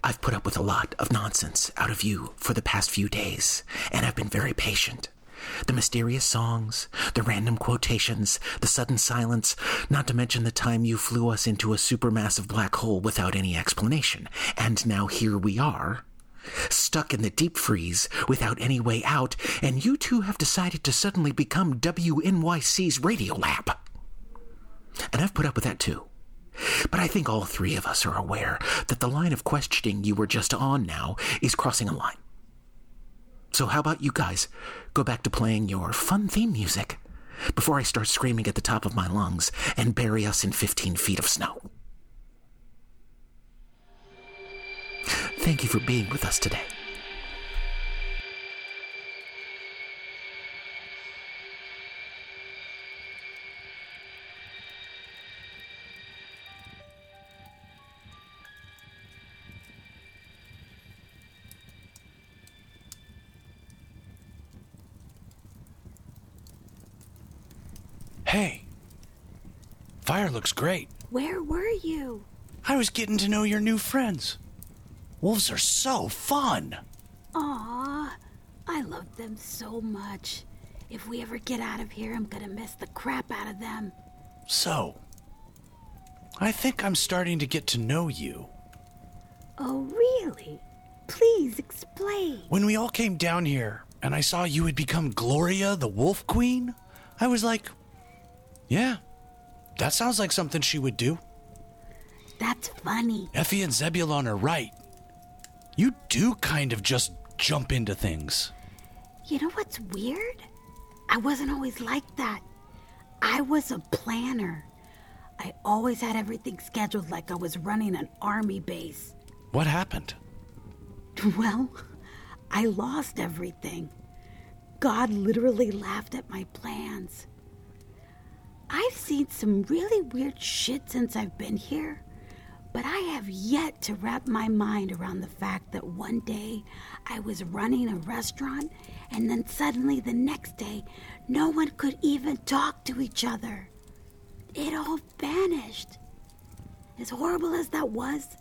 Speaker 1: I've put up with a lot of nonsense out of you for the past few days, and I've been very patient. The mysterious songs, the random quotations, the sudden silence, not to mention the time you flew us into a supermassive black hole without any explanation. And now here we are, stuck in the deep freeze without any way out, and you two have decided to suddenly become WNYC's radio lab. And I've put up with that too. But I think all three of us are aware that the line of questioning you were just on now is crossing a line. So, how about you guys go back to playing your fun theme music before I start screaming at the top of my lungs and bury us in 15 feet of snow? Thank you for being with us today.
Speaker 5: Hey, fire looks great.
Speaker 7: Where were you?
Speaker 5: I was getting to know your new friends. Wolves are so fun.
Speaker 7: Aw, I love them so much. If we ever get out of here, I'm gonna miss the crap out of them.
Speaker 5: So, I think I'm starting to get to know you.
Speaker 7: Oh, really? Please explain.
Speaker 5: When we all came down here and I saw you had become Gloria the Wolf Queen, I was like, yeah, that sounds like something she would do.
Speaker 7: That's funny.
Speaker 5: Effie and Zebulon are right. You do kind of just jump into things.
Speaker 7: You know what's weird? I wasn't always like that. I was a planner. I always had everything scheduled like I was running an army base.
Speaker 5: What happened?
Speaker 7: Well, I lost everything. God literally laughed at my plans. I've seen some really weird shit since I've been here, but I have yet to wrap my mind around the fact that one day I was running a restaurant, and then suddenly the next day, no one could even talk to each other. It all vanished. As horrible as that was,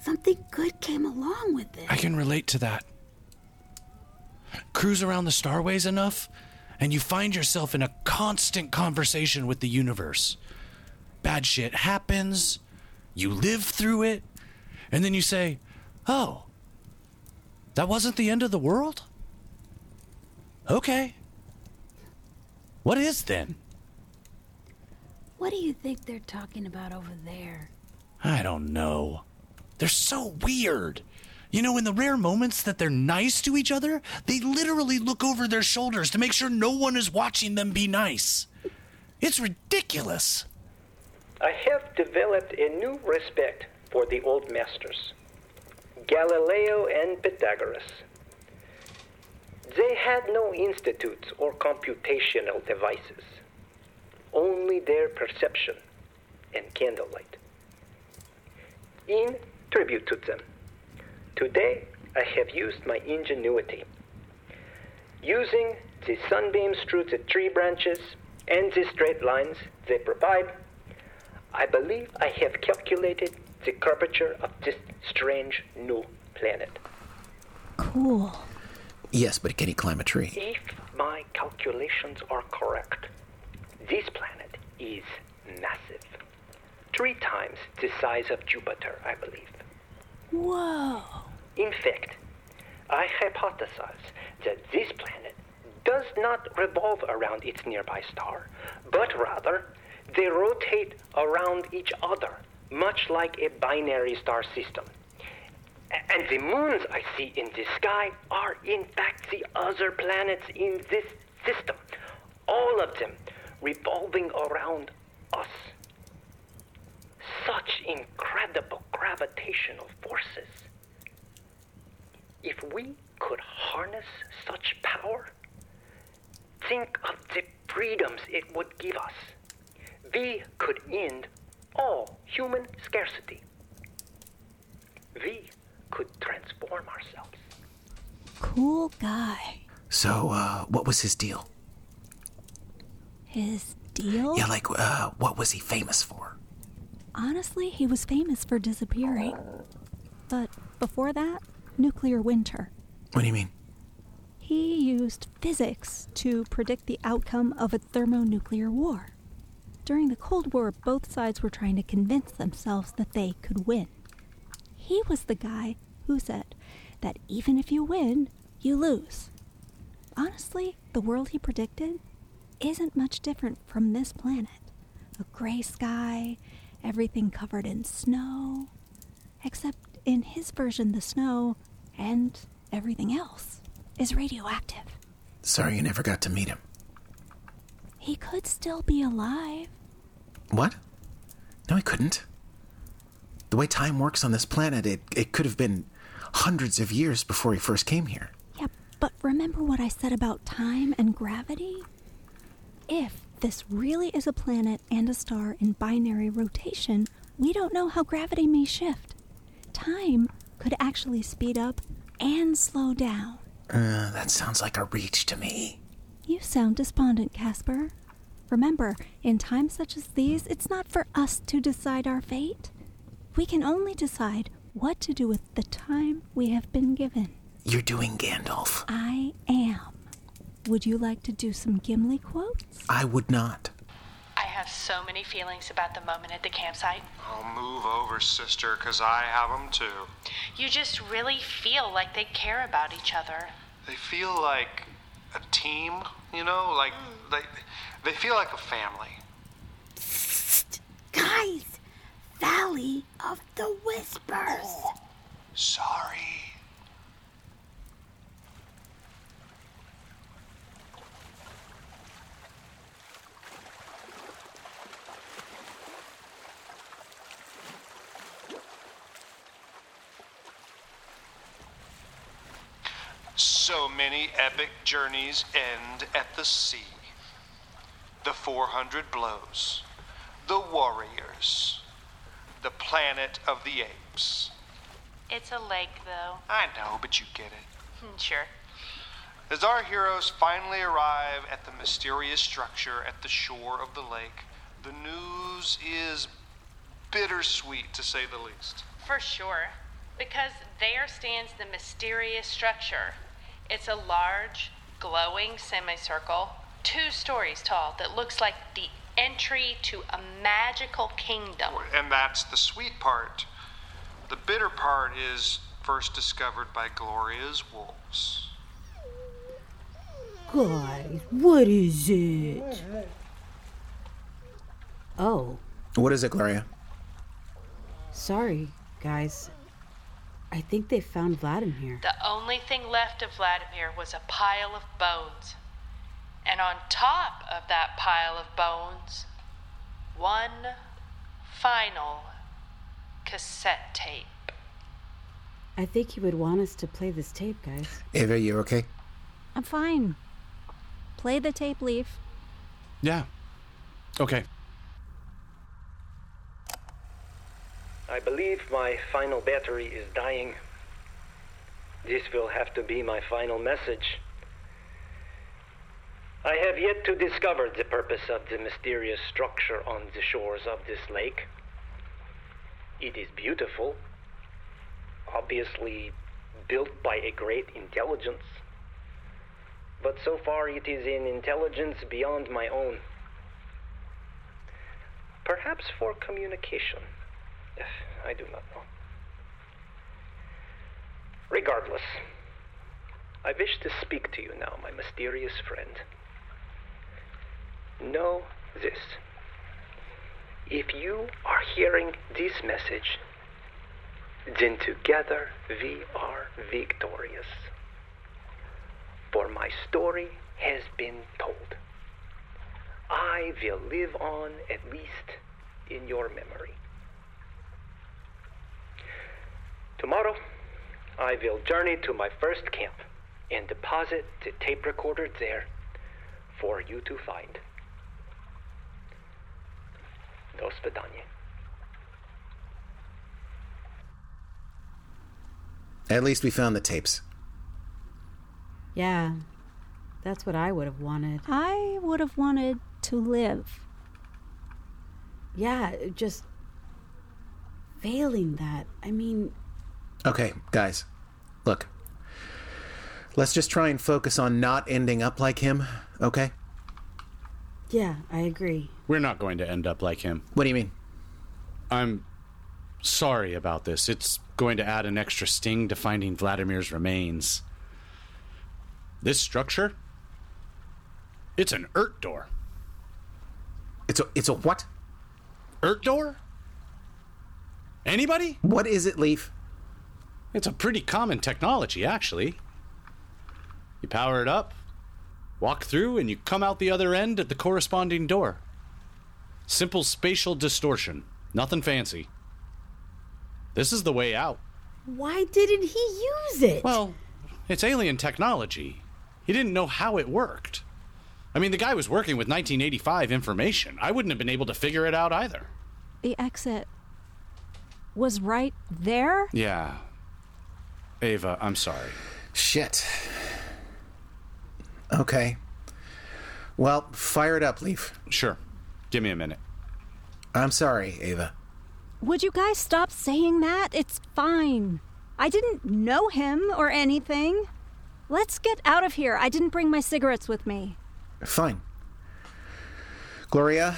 Speaker 7: something good came along with it.
Speaker 5: I can relate to that. Cruise around the starways enough, and you find yourself in a constant conversation with the universe. Bad shit happens, you live through it, and then you say, Oh, that wasn't the end of the world? Okay. What is then?
Speaker 7: What do you think they're talking about over there?
Speaker 5: I don't know. They're so weird. You know, in the rare moments that they're nice to each other, they literally look over their shoulders to make sure no one is watching them be nice. It's ridiculous.
Speaker 9: I have developed a new respect for the old masters, Galileo and Pythagoras. They had no institutes or computational devices, only their perception and candlelight. In tribute to them, today I have used my ingenuity Using the sunbeams through the tree branches and the straight lines they provide, I believe I have calculated the curvature of this strange new planet.
Speaker 6: Cool.
Speaker 8: Yes, but can he climb a tree?
Speaker 9: If my calculations are correct, this planet is massive. Three times the size of Jupiter, I believe.
Speaker 6: Whoa.
Speaker 9: In fact, I hypothesize that this planet does not revolve around its nearby star, but rather they rotate around each other, much like a binary star system. A- And the moons I see in the sky are, in fact, the other planets in this system. All of them revolving around us. Such incredible gravitational forces. If we could harness such power, think of the freedoms it would give us. We could end all human scarcity. We could transform ourselves.
Speaker 6: Cool guy.
Speaker 8: So, uh, what was his deal?
Speaker 6: His deal?
Speaker 8: Yeah, like, uh, what was he famous for?
Speaker 6: Honestly, he was famous for disappearing. But before that, nuclear winter.
Speaker 8: What do you mean?
Speaker 6: He used physics to predict the outcome of a thermonuclear war. During the Cold War, both sides were trying to convince themselves that they could win. He was the guy who said that even if you win, you lose. Honestly, the world he predicted isn't much different from this planet a gray sky, everything covered in snow, except in his version, the snow and everything else is radioactive.
Speaker 8: Sorry you never got to meet him.
Speaker 6: He could still be alive.
Speaker 8: What? No, he couldn't. The way time works on this planet, it, it could have been hundreds of years before he first came here.
Speaker 6: Yeah, but remember what I said about time and gravity? If this really is a planet and a star in binary rotation, we don't know how gravity may shift. Time could actually speed up and slow down.
Speaker 8: Uh, that sounds like a reach to me.
Speaker 6: You sound despondent, Casper. Remember, in times such as these, it's not for us to decide our fate. We can only decide what to do with the time we have been given.
Speaker 8: You're doing Gandalf.
Speaker 6: I am. Would you like to do some Gimli quotes?
Speaker 8: I would not.
Speaker 4: I have so many feelings about the moment at the campsite.
Speaker 3: I'll move over, sister, 'cause I have 'em too.
Speaker 4: You just really feel like they care about each other.
Speaker 3: They feel like a team, you know, like they, they feel like a family.
Speaker 13: Guys, Valley of the Whispers.
Speaker 3: Sorry. So many epic journeys end at the sea. The 400 blows. The warriors. The planet of the apes.
Speaker 4: It's a lake, though.
Speaker 3: I know, but you get it.
Speaker 4: Hmm, Sure.
Speaker 3: As our heroes finally arrive at the mysterious structure at the shore of the lake, the news is bittersweet to say the least.
Speaker 4: For sure. Because there stands the mysterious structure. It's a large, glowing semicircle, two stories tall, that looks like the entry to a magical kingdom.
Speaker 3: And that's the sweet part. The bitter part is first discovered by Gloria's wolves.
Speaker 7: Guys, what is it? Oh,
Speaker 8: What is it, Gloria?
Speaker 7: sorry, guys. I think they found Vlad in here.
Speaker 4: The only thing left of Vladimir was a pile of bones. And on top of that pile of bones, one final cassette tape.
Speaker 7: I think he would want us to play this tape, guys.
Speaker 8: Ava, you okay?
Speaker 6: I'm fine. Play the tape leaf.
Speaker 5: Yeah. Okay.
Speaker 9: I believe my final battery is dying. This will have to be my final message. I have yet to discover the purpose of the mysterious structure on the shores of this lake. It is beautiful, obviously built by a great intelligence. But so far, it is an intelligence beyond my own. Perhaps for communication. I do not know. Regardless, I wish to speak to you now, my mysterious friend. Know this. If you are hearing this message, then together we are victorious. For my story has been told. I will live on, at least in your memory. Tomorrow, I will journey to my first camp and deposit the tape recorder there for you to find. До свидания.
Speaker 8: At least we found the tapes.
Speaker 7: Yeah, that's what I would have wanted.
Speaker 6: I would have wanted to live.
Speaker 7: Yeah, it just failing that. I mean,
Speaker 8: Okay, guys, look. Let's just try and focus on not ending up like him, okay?
Speaker 7: yeah, I agree.
Speaker 5: We're not going to end up like him.
Speaker 8: What do you mean?
Speaker 5: I'm sorry about this. It's going to add an extra sting to finding Vladimir's remains. This structure? It's an Ert door.
Speaker 8: It's a it's a what?
Speaker 5: Ert door? Anybody?
Speaker 8: What is it, Leaf?
Speaker 5: It's a pretty common technology, actually. You power it up, walk through, and you come out the other end at the corresponding door. Simple spatial distortion. Nothing fancy. This is the way out.
Speaker 7: Why didn't he use it?
Speaker 5: Well, it's alien technology. He didn't know how it worked. I mean, the guy was working with 1985 information. I wouldn't have been able to figure it out either.
Speaker 6: The exit was right there?
Speaker 5: Yeah. Ava, I'm sorry.
Speaker 8: Shit. Okay. Well, fire it up, Leaf.
Speaker 5: Sure. Give me a minute.
Speaker 8: I'm sorry, Ava.
Speaker 6: Would you guys stop saying that? It's fine. I didn't know him or anything. Let's get out of here. I didn't bring my cigarettes with me.
Speaker 8: Fine. Gloria,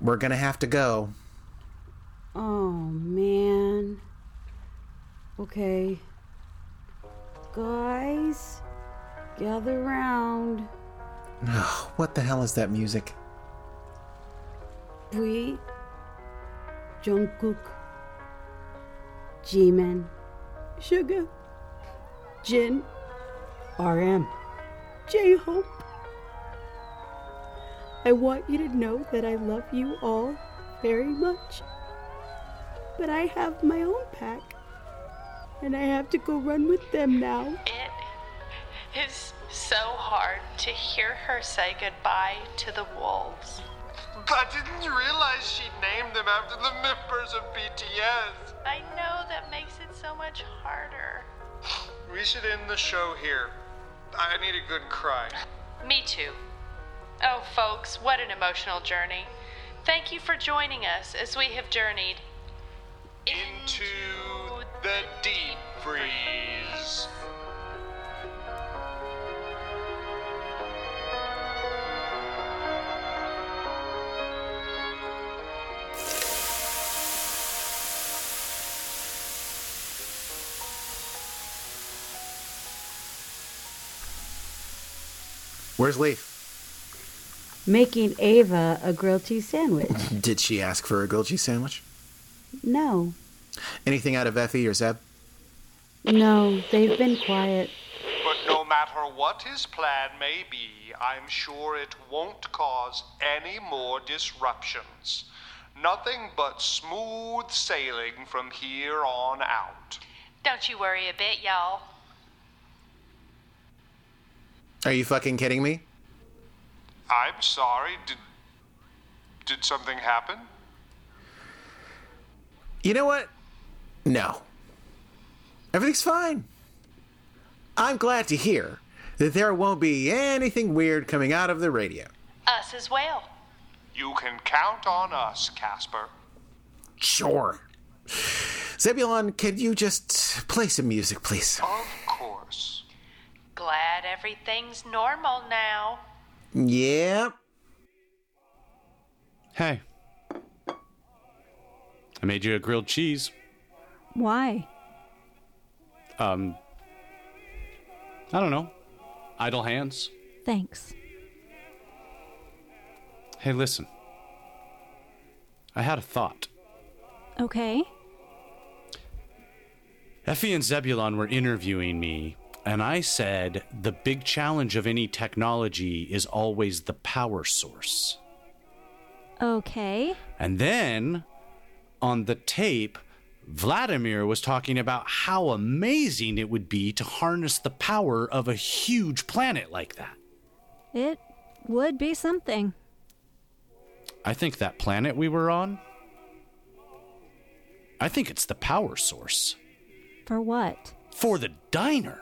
Speaker 8: we're gonna have to go.
Speaker 7: Oh man. Okay. Guys, gather round.
Speaker 8: Ugh, Oh, what the hell is that music?
Speaker 7: We Jungkook G-Man Sugar Jin RM J-Hope I want you to know that I love you all very much. But I have my own pack. And I have to go run with them now.
Speaker 4: It's so hard to hear her say goodbye to the wolves.
Speaker 3: I didn't realize she named them after the members of BTS.
Speaker 4: I know that makes it so much harder.
Speaker 3: We should end the show here. I need a good cry.
Speaker 4: Me too. Oh, folks, what an emotional journey. Thank you for joining us as we have journeyed
Speaker 3: Into the deep freeze.
Speaker 8: Where's Leaf?
Speaker 7: Making Ava a grilled cheese sandwich.
Speaker 8: Did she ask for a grilled cheese sandwich?
Speaker 7: No.
Speaker 8: Anything out of Effie or Zeb?
Speaker 7: No, they've been quiet.
Speaker 3: But no matter what his plan may be, I'm sure it won't cause any more disruptions. Nothing but smooth sailing from here on out.
Speaker 4: Don't you worry a bit, y'all.
Speaker 8: Are you fucking kidding me?
Speaker 3: I'm sorry, did. Did something happen?
Speaker 8: You know what? No. Everything's fine. I'm glad to hear that there won't be anything weird coming out of the radio.
Speaker 4: Us as well.
Speaker 3: You can count on us, Casper.
Speaker 8: Sure. Zebulon, can you just play some music, please?
Speaker 3: Of course.
Speaker 4: Glad everything's normal now.
Speaker 8: Yeah.
Speaker 5: Hey. I made you a grilled cheese.
Speaker 6: Why?
Speaker 5: Um, I don't know. Idle hands.
Speaker 6: Thanks.
Speaker 5: Hey, listen. I had a thought.
Speaker 6: Okay.
Speaker 5: Effie and Zebulon were interviewing me, and I said the big challenge of any technology is always the power source.
Speaker 6: Okay.
Speaker 5: And then on the tape, Vladimir was talking about how amazing it would be to harness the power of a huge planet like that.
Speaker 6: It would be something.
Speaker 5: I think that planet we were on, I think it's the power source
Speaker 6: For what?
Speaker 5: for the diner.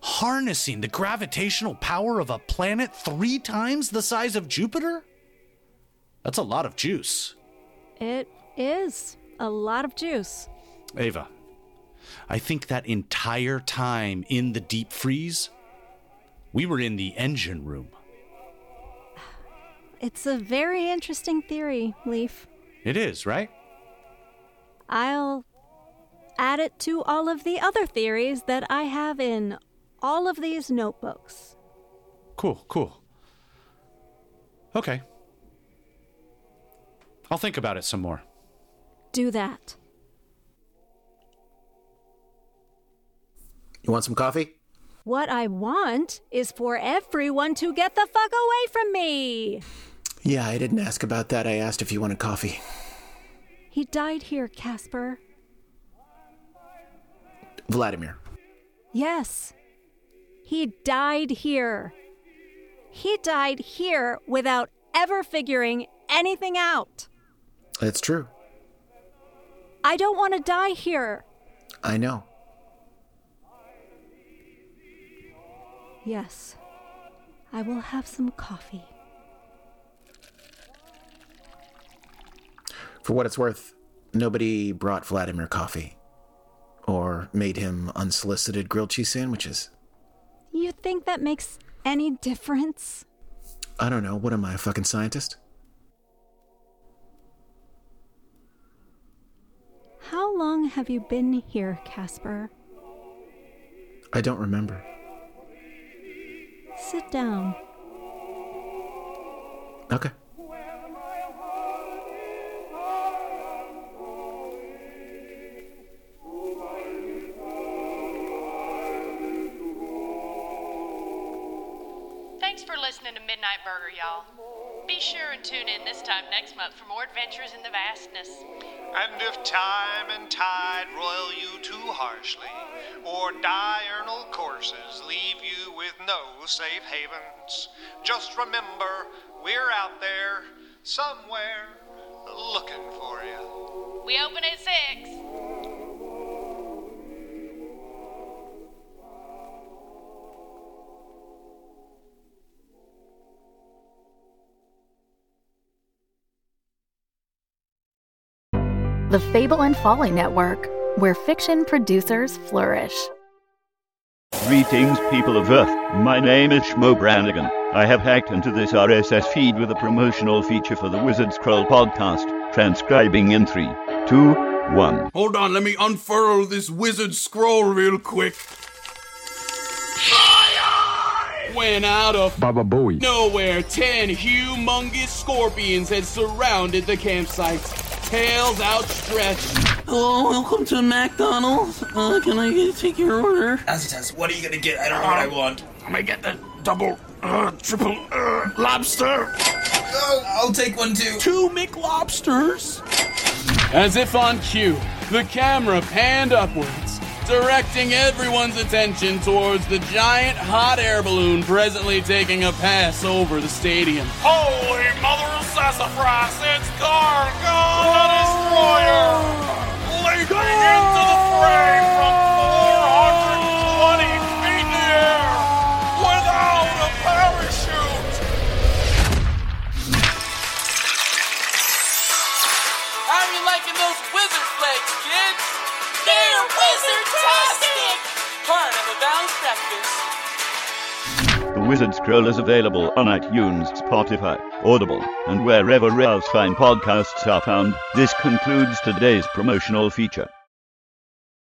Speaker 5: Harnessing the gravitational power of a planet three times the size of Jupiter? That's a lot of juice.
Speaker 6: It is a lot of juice.
Speaker 5: Ava, I think that entire time in the deep freeze, we were in the engine room.
Speaker 6: It's a very interesting theory, Leaf.
Speaker 5: It is, right?
Speaker 6: I'll add it to all of the other theories that I have in all of these notebooks.
Speaker 5: Cool, cool. Okay. I'll think about it some more.
Speaker 6: Do that.
Speaker 8: You want some coffee?
Speaker 6: What I want is for everyone to get the fuck away from me.
Speaker 8: Yeah, I didn't ask about that. I asked if you wanted coffee.
Speaker 6: He died here, Casper.
Speaker 8: Vladimir.
Speaker 6: Yes. He died here. He died here without ever figuring anything out.
Speaker 8: That's true.
Speaker 6: I don't want to die here.
Speaker 8: I know.
Speaker 6: Yes. I will have some coffee.
Speaker 8: For what it's worth, nobody brought Vladimir coffee or made him unsolicited grilled cheese sandwiches.
Speaker 6: You think that makes any difference?
Speaker 8: I don't know. What am I, a fucking scientist?
Speaker 6: How long have you been here, Casper?
Speaker 8: I don't remember.
Speaker 6: Sit down.
Speaker 8: Okay.
Speaker 4: Thanks for listening to Midnight Burger, y'all. Be sure and tune in this time next month for more adventures in the vastness.
Speaker 3: And if time and tide roil you too harshly, or diurnal courses leave you with no safe havens, just remember we're out there somewhere looking for you.
Speaker 4: We open at 6.
Speaker 11: The Fable and Folly Network, where fiction producers flourish.
Speaker 14: Greetings, people of Earth. My name is Shmo Brannigan. I have hacked into this RSS feed with a promotional feature for the Wizard Scroll podcast, transcribing in three, two, one.
Speaker 15: Hold on, let me unfurl this wizard scroll real quick. When out of
Speaker 16: Baba Bowie.
Speaker 15: nowhere, ten humongous scorpions had surrounded the campsite, tails outstretched.
Speaker 17: Hello, welcome to McDonald's. Uh, can I get, take your order?
Speaker 15: What are you gonna get? I don't know what I want. I'm gonna get the double, uh, triple, uh, lobster.
Speaker 17: Oh, I'll take one too. Two McLobsters.
Speaker 15: As if on cue, the camera panned upwards, directing everyone's attention towards the giant hot air balloon presently taking a pass over the stadium.
Speaker 17: Holy mother of sassafras, it's
Speaker 15: Oh!
Speaker 17: Gargon the Destroyer! Leaping into the fray from 420 feet in the air!
Speaker 16: liking those wizard flags, kids. They're wizard-tastic! Part of a balanced breakfast.
Speaker 14: The Wizard Scroll is available on iTunes, Spotify, Audible, and wherever else fine podcasts are found. This concludes today's promotional feature.